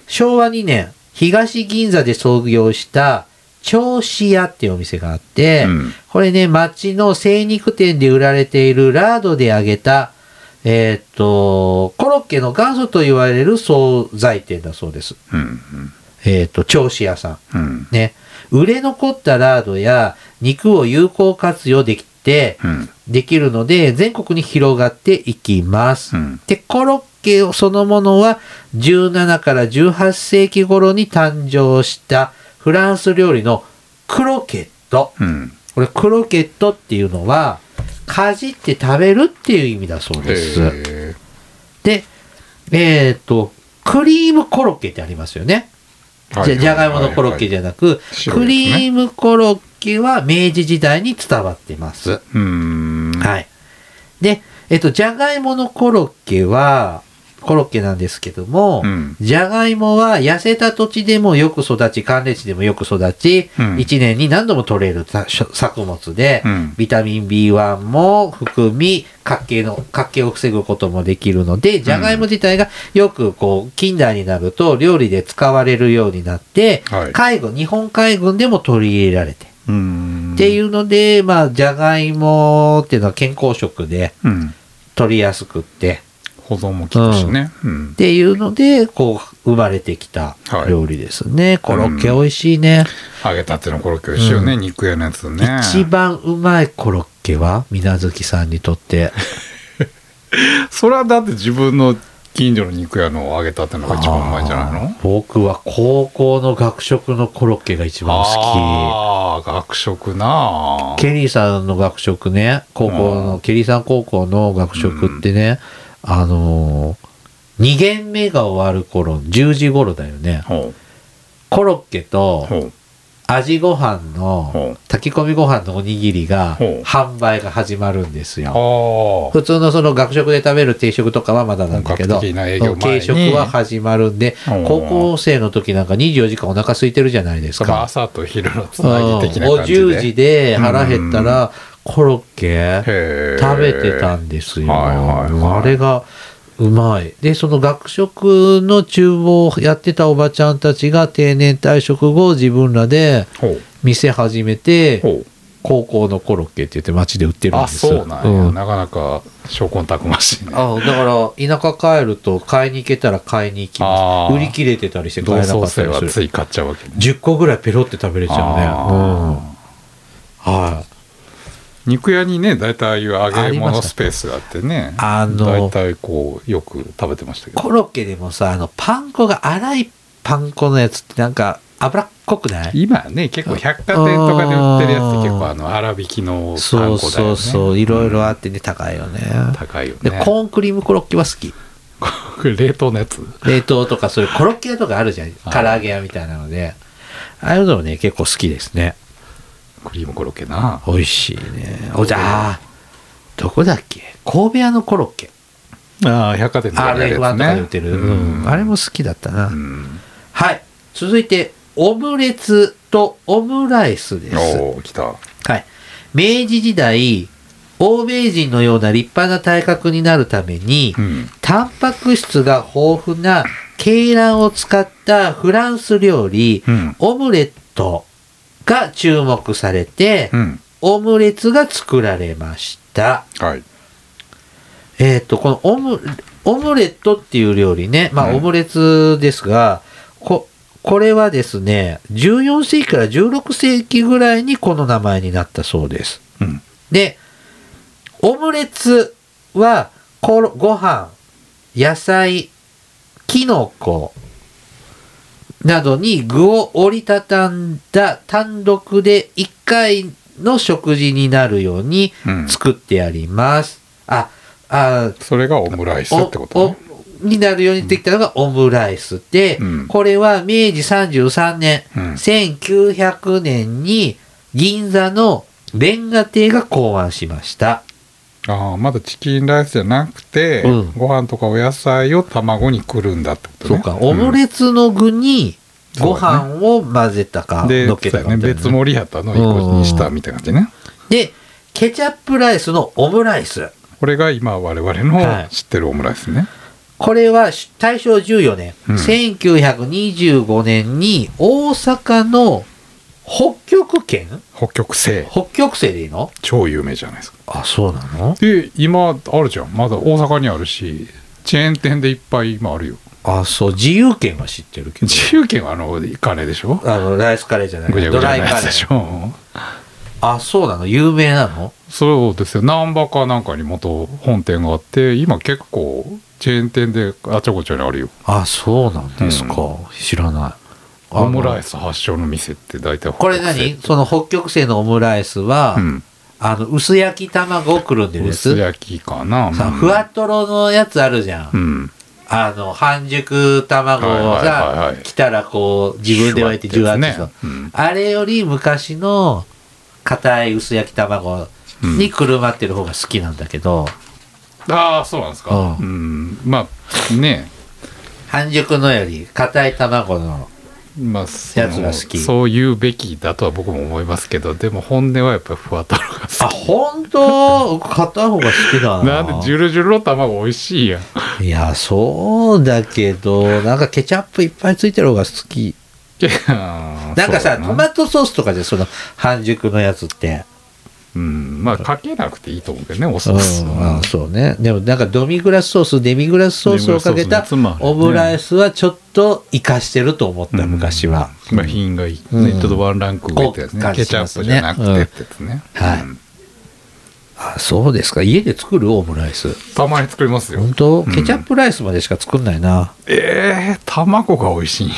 Speaker 1: 昭和2年、東銀座で創業した、銚子屋っていうお店があって、
Speaker 2: うん
Speaker 1: これね、町の精肉店で売られているラードで揚げた、えーっと、コロッケの元祖と言われる惣菜店だそうです。
Speaker 2: うん
Speaker 1: えーっと、銚子屋さん。
Speaker 2: うんうん
Speaker 1: ね。売れ残ったラードや肉を有効活用できて、
Speaker 2: うん
Speaker 1: できるので、全国に広がっていきます。
Speaker 2: うん
Speaker 1: で、コロッケをそのものは17から18世紀頃に誕生したフランス料理のクロケット。
Speaker 2: うん
Speaker 1: これクロケットっていうのは、かじって食べるっていう意味だそうです。
Speaker 2: へえ
Speaker 1: で、えっ、と、クリームコロッケってありますよね。じゃじゃがいものコロッケじ
Speaker 2: ゃ
Speaker 1: ゃなく、
Speaker 2: 白
Speaker 1: ク
Speaker 2: いですね
Speaker 1: リームコロッケは明治時代に伝わってます。
Speaker 2: うーん
Speaker 1: はい。で、えっと、じゃがいものコロッケは、コロッケなんですけども
Speaker 2: うん、
Speaker 1: じゃがいもは痩せた土地でもよく育ち、寒冷地でもよく育ち、
Speaker 2: うん
Speaker 1: 1年に何度も取れるた作物で、
Speaker 2: うん
Speaker 1: ビタミン B1 も含み、活気の、活気を防ぐこともできるので、じゃがいも自体がよくこう、近代になると料理で使われるようになって、
Speaker 2: はい
Speaker 1: 海軍、日本海軍でも取り入れられて、
Speaker 2: うーん
Speaker 1: っていうので、まあ、じゃがいもっていうのは健康食で
Speaker 2: うん
Speaker 1: 取りやすくって、
Speaker 2: 保存も効くしねうん
Speaker 1: っていうので、こう、生まれてきた
Speaker 2: はい
Speaker 1: 料理ですね。コロッケ美味しいね。
Speaker 2: 揚げたてのコロッケ美味しいよね、
Speaker 1: う
Speaker 2: 肉屋のやつね
Speaker 1: 一番うまいコロッケは、水月さんにとって。
Speaker 2: それはだって自分の近所の肉屋の揚げたてのが一番うまいんじゃない
Speaker 1: あ
Speaker 2: の
Speaker 1: ー僕は高校の学食のコロッケが一番好
Speaker 2: ああ学食なあ
Speaker 1: き。ケリーさんの学食ね、高校
Speaker 2: う
Speaker 1: の、ケリーさん高校の学食ってね、あのー、2限目が終わる頃、10時頃だよね。
Speaker 2: ほ
Speaker 1: コロッケ
Speaker 2: う
Speaker 1: と
Speaker 2: ほう
Speaker 1: 味ご飯
Speaker 2: ほ
Speaker 1: の
Speaker 2: う
Speaker 1: 炊き込みご飯のおにぎりが
Speaker 2: ほう
Speaker 1: 販売が始まるんですよ。
Speaker 2: ああ
Speaker 1: 普通のその学食で食べる定食とかはまだなんだけど、
Speaker 2: 本格的な営業前に
Speaker 1: 軽食は始まるんで、
Speaker 2: ほう
Speaker 1: 高校生の時なんか24時間お腹空いてるじゃないです
Speaker 2: その
Speaker 1: か。
Speaker 2: 朝と昼のつ
Speaker 1: うん、
Speaker 2: なぎ的な
Speaker 1: お
Speaker 2: 感じで、
Speaker 1: 10時で腹減ったらコロッケ
Speaker 2: へえ
Speaker 1: 食べてたんですよ。
Speaker 2: はいはいはい
Speaker 1: あれがうまい。で、その学食の厨房をやってたおばちゃんたちが定年退職後自分らで
Speaker 2: ほう
Speaker 1: 店始めて、
Speaker 2: ほう
Speaker 1: 高校のコロッケって言って街で売ってるんで
Speaker 2: あ
Speaker 1: す
Speaker 2: そうなんや、
Speaker 1: うん
Speaker 2: なかなか証拠たくましいね
Speaker 1: あだから、田舎帰ると買いに行けたら買いに行きま
Speaker 2: あ
Speaker 1: す。
Speaker 2: ー
Speaker 1: 売り切れてたりして買え
Speaker 2: 同
Speaker 1: なか
Speaker 2: 窓
Speaker 1: った
Speaker 2: 生は
Speaker 1: りす
Speaker 2: つ
Speaker 1: る。
Speaker 2: い買っちゃうわけね
Speaker 1: 10個ぐらいペロって食べれちゃうね。うん
Speaker 2: あ
Speaker 1: はい。
Speaker 2: ー肉屋にね大体ああいう揚げ物スペースがあってね
Speaker 1: ありましたあの
Speaker 2: 大体こうよく食べてましたけど
Speaker 1: コロッケでもさ、あの、パン粉が粗いパン粉のやつってなんか脂っこくない
Speaker 2: 今ね結構百貨店とかで売ってるやつって結構あの粗挽きのパン粉だよ
Speaker 1: そ
Speaker 2: ね
Speaker 1: うそうそう。いろいろあ
Speaker 2: う
Speaker 1: っ
Speaker 2: ん
Speaker 1: てね、高いよね。
Speaker 2: 高いよ
Speaker 1: で、
Speaker 2: ね
Speaker 1: コーンクリームコロッケは好 き。
Speaker 2: これ冷凍のやつ
Speaker 1: 冷凍とかそういうコロッケ屋とかあるじゃん。
Speaker 2: あ
Speaker 1: 唐揚げ屋みたいなので。ああいうのもね、結構好きですね。
Speaker 2: クリームコロッケな
Speaker 1: 美味しいね。おじゃあ、どこだっけ神戸屋のコロッケ。
Speaker 2: ああ百貨店とかでやる
Speaker 1: RF1
Speaker 2: や
Speaker 1: と
Speaker 2: つ
Speaker 1: か
Speaker 2: ね
Speaker 1: で売ってる。うんあれも好きだったな。
Speaker 2: うん
Speaker 1: はい。続いて、オムレツとオムライスです。
Speaker 2: おお来た
Speaker 1: はい。明治時代、欧米人のような立派な体格になるために、
Speaker 2: うん
Speaker 1: タンパク質が豊富な鶏卵を使ったフランス料理、
Speaker 2: うん
Speaker 1: オムレットが注目されて、
Speaker 2: うん
Speaker 1: オムレツが作られました。
Speaker 2: はい
Speaker 1: えっ、と、このオム、オムレットっていう料理ね、まあ
Speaker 2: うん
Speaker 1: オムレツですが、こ、これはですね、14世紀から16世紀ぐらいにこの名前になったそうです。
Speaker 2: うん
Speaker 1: で、オムレツは、ころご飯、野菜、キノコ、などに具を折りたたんだ単独で1回の食事になるように
Speaker 2: うん
Speaker 1: 作ってあります。あ、あ、
Speaker 2: それがオムライスってことね
Speaker 1: おおになるようにできたのがオムライスで、
Speaker 2: うん
Speaker 1: これは明治33年、
Speaker 2: うん
Speaker 1: 1900年に銀座のレンガ亭が考案しました。
Speaker 2: ああまだチキンライスじゃなくて、
Speaker 1: うん
Speaker 2: ご飯とかお野菜を卵にくるんだってこと
Speaker 1: そう
Speaker 2: ね
Speaker 1: か、オムレツの具にご飯を混ぜたか、
Speaker 2: うんで
Speaker 1: のっけた
Speaker 2: そ
Speaker 1: か
Speaker 2: うや
Speaker 1: みた
Speaker 2: ね
Speaker 1: いな
Speaker 2: 別盛りやったのを一個にしたみたいな感じね、
Speaker 1: で、ケチャップライスのオムライス。
Speaker 2: これが今我々
Speaker 1: はい
Speaker 2: の知ってるオムライスね、
Speaker 1: これは大正14年、
Speaker 2: うん
Speaker 1: 1925年に大阪の北極圏
Speaker 2: 北極星
Speaker 1: 北極星でいいの
Speaker 2: 超有名じゃないですか
Speaker 1: あ、そうなの
Speaker 2: で今あるじゃんまだ大阪にあるしチェーン店でいっぱい今あるよ
Speaker 1: あ、そう、自由券は知ってるけど。
Speaker 2: 自由券はあのカレーでしょ
Speaker 1: あの、ライスカレーじゃない
Speaker 2: ぐちゃぐ
Speaker 1: ド
Speaker 2: ち
Speaker 1: ラ
Speaker 2: ゃ
Speaker 1: イ
Speaker 2: な
Speaker 1: カ
Speaker 2: や
Speaker 1: レ
Speaker 2: つでし
Speaker 1: ー。
Speaker 2: ょ
Speaker 1: あ、そうなの有名なの
Speaker 2: そうですよ難波かなんかに元本店があって今結構チェーン店であちゃこちゃにあるよ
Speaker 1: あ、そうなんですか。知らない。あの
Speaker 2: オムライス発祥の店って大体
Speaker 1: これ何その北極星のオムライスは、
Speaker 2: うん
Speaker 1: あの、薄焼き卵をくるんでるやつ。
Speaker 2: 薄焼きかな
Speaker 1: さ、
Speaker 2: うん
Speaker 1: ふわとろのやつあるじゃん。
Speaker 2: うん
Speaker 1: あの、半熟卵を
Speaker 2: はいはいはい
Speaker 1: さ
Speaker 2: は、い
Speaker 1: 来たらこう、自分で割いてジュワッと
Speaker 2: シュワッてやつねうん
Speaker 1: あれより昔の硬い薄焼き卵にくるまってる方が好きなんだけど、
Speaker 2: ああそうなんですか
Speaker 1: う
Speaker 2: うんまあね
Speaker 1: 半熟のより硬い卵の、
Speaker 2: まあその
Speaker 1: やつが好き
Speaker 2: そういうべきだとは僕も思いますけどでも本音はやっぱりふわとろが
Speaker 1: あ、
Speaker 2: 好き
Speaker 1: ほんと硬い方が好きだな。
Speaker 2: なんでジュルジュルの卵美味しいやん
Speaker 1: いや、そうだけど、なんかケチャップいっぱいついてる方が好き。 な
Speaker 2: なん
Speaker 1: かさ、トマトソースとかでその半熟のやつって。
Speaker 2: うんまあかけなくていいと思うけどねお
Speaker 1: う
Speaker 2: ソース
Speaker 1: ん、あそうね。でもなんかドミグラスソース、デミグラスソースをかけた
Speaker 2: デミグラスソースのやつもあ
Speaker 1: オ
Speaker 2: るね
Speaker 1: ムライスはちょっと活かしてると思った、
Speaker 2: うん
Speaker 1: 昔は。
Speaker 2: まあ品がいい、
Speaker 1: うん
Speaker 2: ねちょっとワンランク上ってやつ
Speaker 1: こ
Speaker 2: ね
Speaker 1: う
Speaker 2: ケチャップじゃなくてってやつね、
Speaker 1: うんはい
Speaker 2: うん
Speaker 1: あ、そうですか。家で作るオムライス。
Speaker 2: たまに作りますよ
Speaker 1: 本当
Speaker 2: うん
Speaker 1: ケチャップライスまでしか作んないな。
Speaker 2: えー、卵が美味し いんや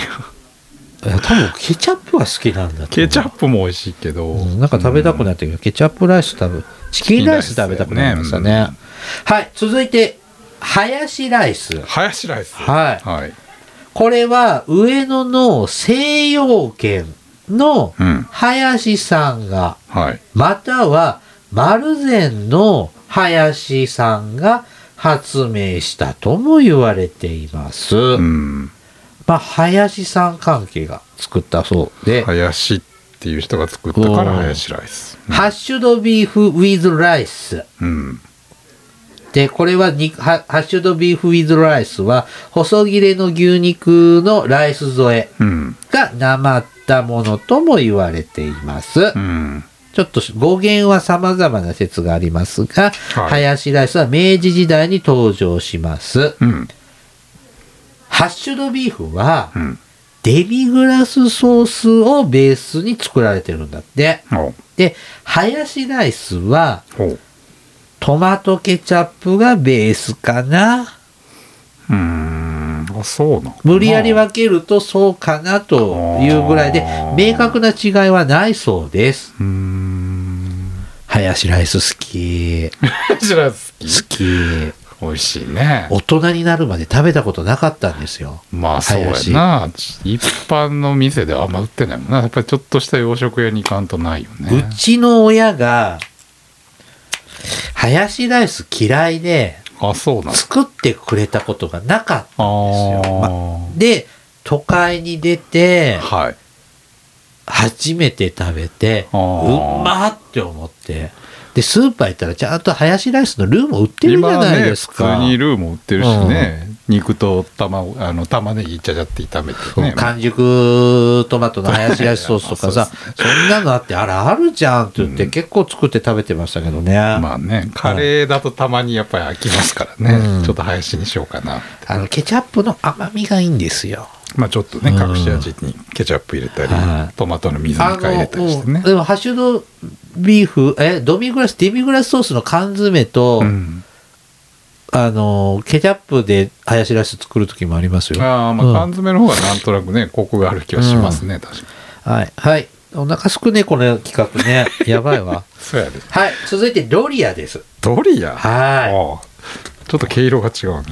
Speaker 1: いや多分ケチャップは好きなんだと思う
Speaker 2: ケチャップも美味しいけど、
Speaker 1: うんなんか食べたくなってるけど、ケチャップライス食べ、チキンライス食べたくなりましたね。はい、続いて、ハヤシライス
Speaker 2: うん。ハヤシライス
Speaker 1: はい
Speaker 2: はい
Speaker 1: これは上野の西洋圏の
Speaker 2: うん
Speaker 1: 林さんが、
Speaker 2: はい
Speaker 1: または丸善の林さんが発明したとも言われています。
Speaker 2: うん
Speaker 1: まあ、林さん関係が作ったそうで、
Speaker 2: ハヤシっていう人が作ったからハヤシライス
Speaker 1: ハッシュドビーフウィズライス。
Speaker 2: うん
Speaker 1: で、これはにハハッシュドビーフウィズライスは、細切れの牛肉のライス添え
Speaker 2: うん
Speaker 1: がなまったものとも言われています。
Speaker 2: うん
Speaker 1: ちょっと語源は様々な説がありますが、
Speaker 2: はい
Speaker 1: 林ライスは明治時代に登場します。
Speaker 2: うん
Speaker 1: ハッシュドビーフは
Speaker 2: う、ん
Speaker 1: デミグラスソースをベースに作られてるんだって。
Speaker 2: お
Speaker 1: で、林ライスは、
Speaker 2: ほう
Speaker 1: トマトケチャップがベースかな。
Speaker 2: うーんあそうな
Speaker 1: 無理やり分けるとそうかなというぐらいで
Speaker 2: あ、ー
Speaker 1: 明確な違いはないそうです。
Speaker 2: うーん
Speaker 1: 林ライス好き。
Speaker 2: ハヤシライス好き
Speaker 1: 好き。
Speaker 2: 美味しいね
Speaker 1: 大人になるまで食べたことなかったんですよ。
Speaker 2: まあそうや
Speaker 1: 林
Speaker 2: な一般の店ではあんま売ってないもんなやっぱりちょっとした洋食屋に行かんとないよね
Speaker 1: うちの親が、ハヤシライス嫌いで、
Speaker 2: あそうなん
Speaker 1: 作ってくれたことがなかった
Speaker 2: あ
Speaker 1: んですよ。ま
Speaker 2: ー
Speaker 1: で、都会に出て、
Speaker 2: はい
Speaker 1: 初めて食べて、う
Speaker 2: あー
Speaker 1: まーって思って。で、スーパー行ったらちゃんとハヤシライスのルーも売ってるじゃないです
Speaker 2: 今
Speaker 1: か。
Speaker 2: ね普通にルーも売ってるしね、肉と卵あの玉ねぎちゃちゃって炒めて
Speaker 1: そう
Speaker 2: ね
Speaker 1: 完熟トマトのハヤシライスソースとかさ、
Speaker 2: そ
Speaker 1: そんなのあって、あら、あるじゃんって言って、
Speaker 2: うん
Speaker 1: 結構作って食べてましたけどね。
Speaker 2: まあねカレーだとたまにやっぱり飽きますからね、
Speaker 1: うん
Speaker 2: ちょっと林にしようかな
Speaker 1: あの、ケチャップの甘みがいいんですよ。
Speaker 2: まあちょっとね隠し味にケチャップ入れたり、
Speaker 1: はい
Speaker 2: トマトの水煮
Speaker 1: あ
Speaker 2: 缶入れたりしてね
Speaker 1: の、でも、ハッシュドビーフ、え、ドミグラス、デミグラスソースの缶詰と、
Speaker 2: うん
Speaker 1: あの、ケチャップでハヤシライス作る時もありますよ。
Speaker 2: あーまあ
Speaker 1: うん
Speaker 2: 缶詰の方がなんとなくねコクがある気はしますね、確かに
Speaker 1: はい。はい。お腹すくね、この企画 ね。やばいわ。
Speaker 2: そうやで。
Speaker 1: はい、続いてドリアです。
Speaker 2: ドリア
Speaker 1: は
Speaker 2: ああちょっと毛色が違うね。
Speaker 1: い。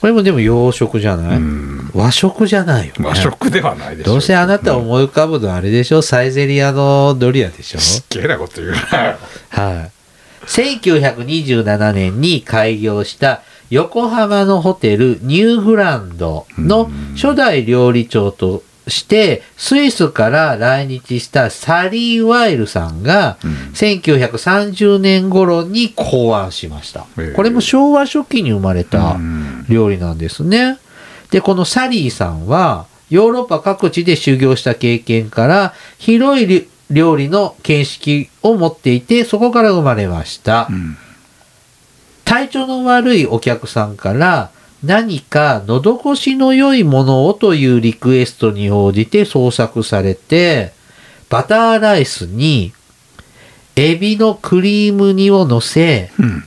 Speaker 1: これもでも洋食じゃない、
Speaker 2: うん。
Speaker 1: 和食じゃないよ、ね。
Speaker 2: 和食ではないでしょ。
Speaker 1: どうせあなた
Speaker 2: も
Speaker 1: 思い浮かぶのあれでしょサイゼリアのドリアでしょ
Speaker 2: うすっげえなこと言うな。
Speaker 1: はい。1927年に開業した横浜のホテルニューフランドの初代料理長としてスイスから来日したサリー・ワイルさんが
Speaker 2: うん
Speaker 1: 1930年頃に考案しました
Speaker 2: へえ。
Speaker 1: これも昭和初期に生まれた
Speaker 2: うん
Speaker 1: 料理なんですね。で、このサリーさんは、ヨーロッパ各地で修行した経験から、広いり料理の見識を持っていて、そこから生まれました
Speaker 2: う。ん
Speaker 1: 体調の悪いお客さんから、何か喉越しの良いものをというリクエストに応じて創作されて、バターライスに、エビのクリーム煮を乗せ、
Speaker 2: うん。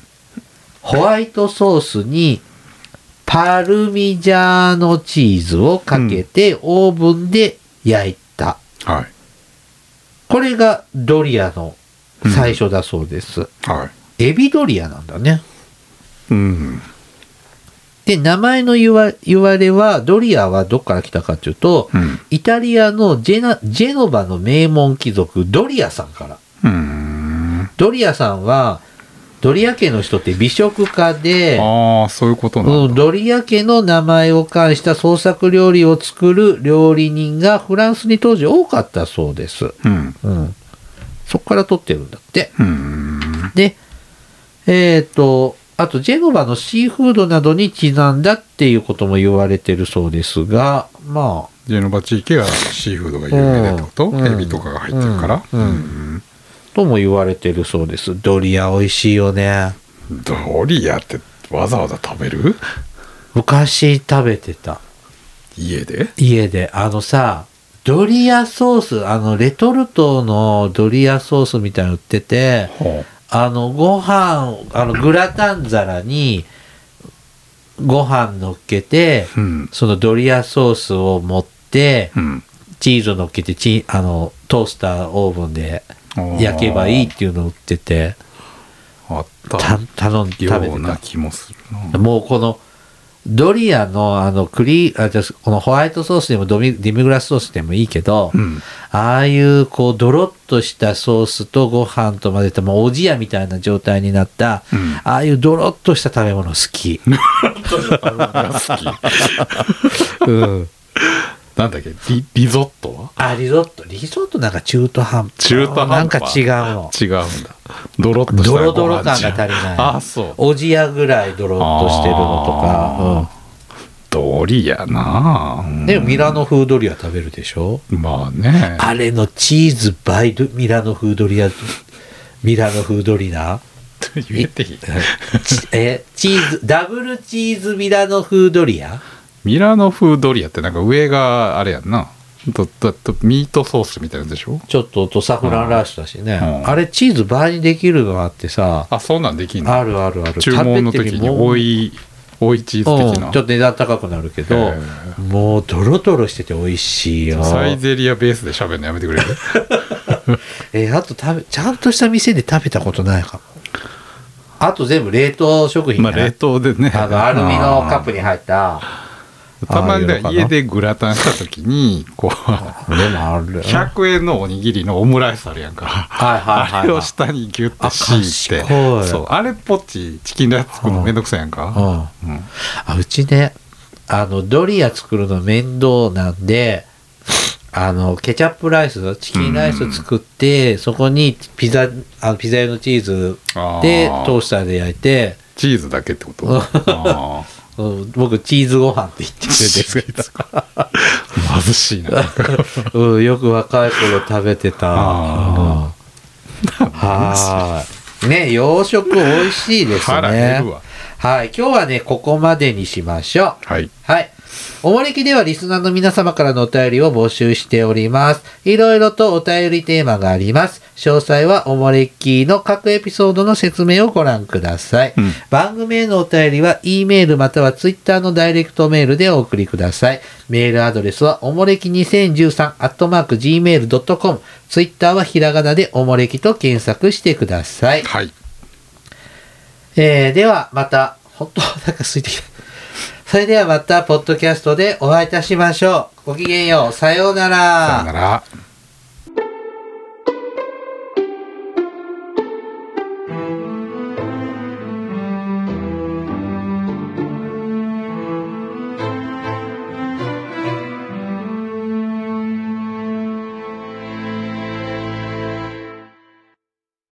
Speaker 1: ホワイトソースにパルミジャーノチーズをかけてオーブンで焼いた。
Speaker 2: はい。
Speaker 1: これがドリアの最初だそうです。
Speaker 2: は
Speaker 1: エビドリアなんだね。
Speaker 2: い。うん。
Speaker 1: で、名前の言わ言われは、ドリアはどっから来たかというと、
Speaker 2: うん。
Speaker 1: イタリアのジェナジェノバの名門貴族、ドリアさんから。
Speaker 2: うん。
Speaker 1: ドリアさんは、ドリア家の人って美食家で、
Speaker 2: ああ、そういうことな
Speaker 1: うんん、
Speaker 2: だ。
Speaker 1: ドリア家の名前を冠した創作料理を作る料理人がフランスに当時多かったそうです。
Speaker 2: うん。
Speaker 1: うん。そこから取ってるんだって。
Speaker 2: うん。
Speaker 1: で、えっ、と、あと、ジェノバのシーフードなどにちなんだっていうことも言われてるそうですが、まあ、
Speaker 2: ジェノバ地域がシーフードが有名だってこと、
Speaker 1: うん
Speaker 2: エビとかが入ってるから、
Speaker 1: うんとも言われてるそうです。ドリア美味しいよね。
Speaker 2: うんドリアってわざわざ食べる
Speaker 1: 昔食べてた。
Speaker 2: 家で
Speaker 1: 家であのさドリアソースあのレトルトのドリアソースみたいなの売ってて
Speaker 2: ほ
Speaker 1: あのご飯あのグラタン皿にご飯乗っけて
Speaker 2: ううん
Speaker 1: そのドリアソースを持って
Speaker 2: うん
Speaker 1: チーズ乗っけてチあのトースターオーブンで焼けばいいっていうの売ってて
Speaker 2: あった
Speaker 1: た頼んで食べ
Speaker 2: よ
Speaker 1: て
Speaker 2: うな
Speaker 1: た
Speaker 2: 気もするな
Speaker 1: もうこのドリアのあのクリあじゃあこのホワイトソースでもドミデミグラスソースでもいいけど、
Speaker 2: うん
Speaker 1: ああいうこうドロッとしたソースとご飯と混ぜてもうおじやみたいな状態になった、
Speaker 2: うん
Speaker 1: ああいうドロッとした食べ物好き。
Speaker 2: 好きなんだっけリリゾットは
Speaker 1: あリゾットリゾットなんか中途半端
Speaker 2: 中途半端
Speaker 1: なんか違うの
Speaker 2: 違うんだドロッとした
Speaker 1: ド
Speaker 2: ご飯
Speaker 1: ロドロ感が足りない
Speaker 2: あそう
Speaker 1: おじやぐらいドロッとしてるのとか、
Speaker 2: ドリアな
Speaker 1: う
Speaker 2: うん
Speaker 1: ん、でもミラノ風ドリア食べるでしょ
Speaker 2: まあね
Speaker 1: あれのチーズバイドミラノ風ドリアミラノ風ドリナ
Speaker 2: 言えていい
Speaker 1: ちえチーズダブルチーズミラノ風ドリア
Speaker 2: ミラノ風ドリアってなんか上があれやんなとととミートソースみたいなんでしょ
Speaker 1: ちょっととサフランラッシュだしね、
Speaker 2: うん
Speaker 1: あれチーズ倍にできるのあってさ、
Speaker 2: あそんなんできんの
Speaker 1: あるあるある
Speaker 2: 注文の時に多
Speaker 1: い
Speaker 2: い多いチーズ的な、
Speaker 1: うん、ちょっと値段高くなるけど
Speaker 2: へ
Speaker 1: もうドロドロしてて美味しいよ
Speaker 2: サイゼリアベースで喋るのやめてくれる
Speaker 1: えーあと食べちゃんとした店で食べたことないかもあと全部冷凍食品
Speaker 2: ま
Speaker 1: か
Speaker 2: あ
Speaker 1: な
Speaker 2: 冷凍でね
Speaker 1: あのアルミのカップに入った
Speaker 2: あーた
Speaker 1: ああ
Speaker 2: まに
Speaker 1: いうの
Speaker 2: ね
Speaker 1: かな
Speaker 2: 家でグラタンした時にこう
Speaker 1: でもある
Speaker 2: 100円のおにぎりのオムライスあるやんか
Speaker 1: はいはいはい、
Speaker 2: あれを下にギュッと敷い
Speaker 1: あ賢い
Speaker 2: てそうあれっぽっちチキンライス作るのめんどくさいやんか
Speaker 1: うん
Speaker 2: うん
Speaker 1: あうちねあのドリア作るの面倒なんであのケチャップライスチキンライス作って、そこにピザあのピザ用のチーズ
Speaker 2: あー
Speaker 1: でトースターで焼いて、
Speaker 2: チーズだけっ てこと
Speaker 1: うん
Speaker 2: ああ
Speaker 1: うん、僕チーズご飯って言って
Speaker 2: チ
Speaker 1: て
Speaker 2: ーズか貧し いななんか
Speaker 1: うん、よく若い頃食べてた。
Speaker 2: あ
Speaker 1: うんはーい。ね、洋食美味しいですね。
Speaker 2: 腹減るわ
Speaker 1: はい。今日はね、ここまでにしましょう。
Speaker 2: はい
Speaker 1: はい。おもれきではリスナーの皆様からのお便りを募集しております。いろいろとお便りテーマがあります。詳細はおもれきの各エピソードの説明をご覧ください。
Speaker 2: うん
Speaker 1: 番組へのお便りは E メールまたは Twitter のダイレクトメールでお送りください。メールアドレスはおもれき2013 gmail.com。Twitter はひらがなでおもれきと検索してください。
Speaker 2: はい。
Speaker 1: えーではまた、本当なんか空いてきた。それではまた、ポッドキャストでお会いいたしましょう。ごきげんよう。さようなら
Speaker 2: さよなら。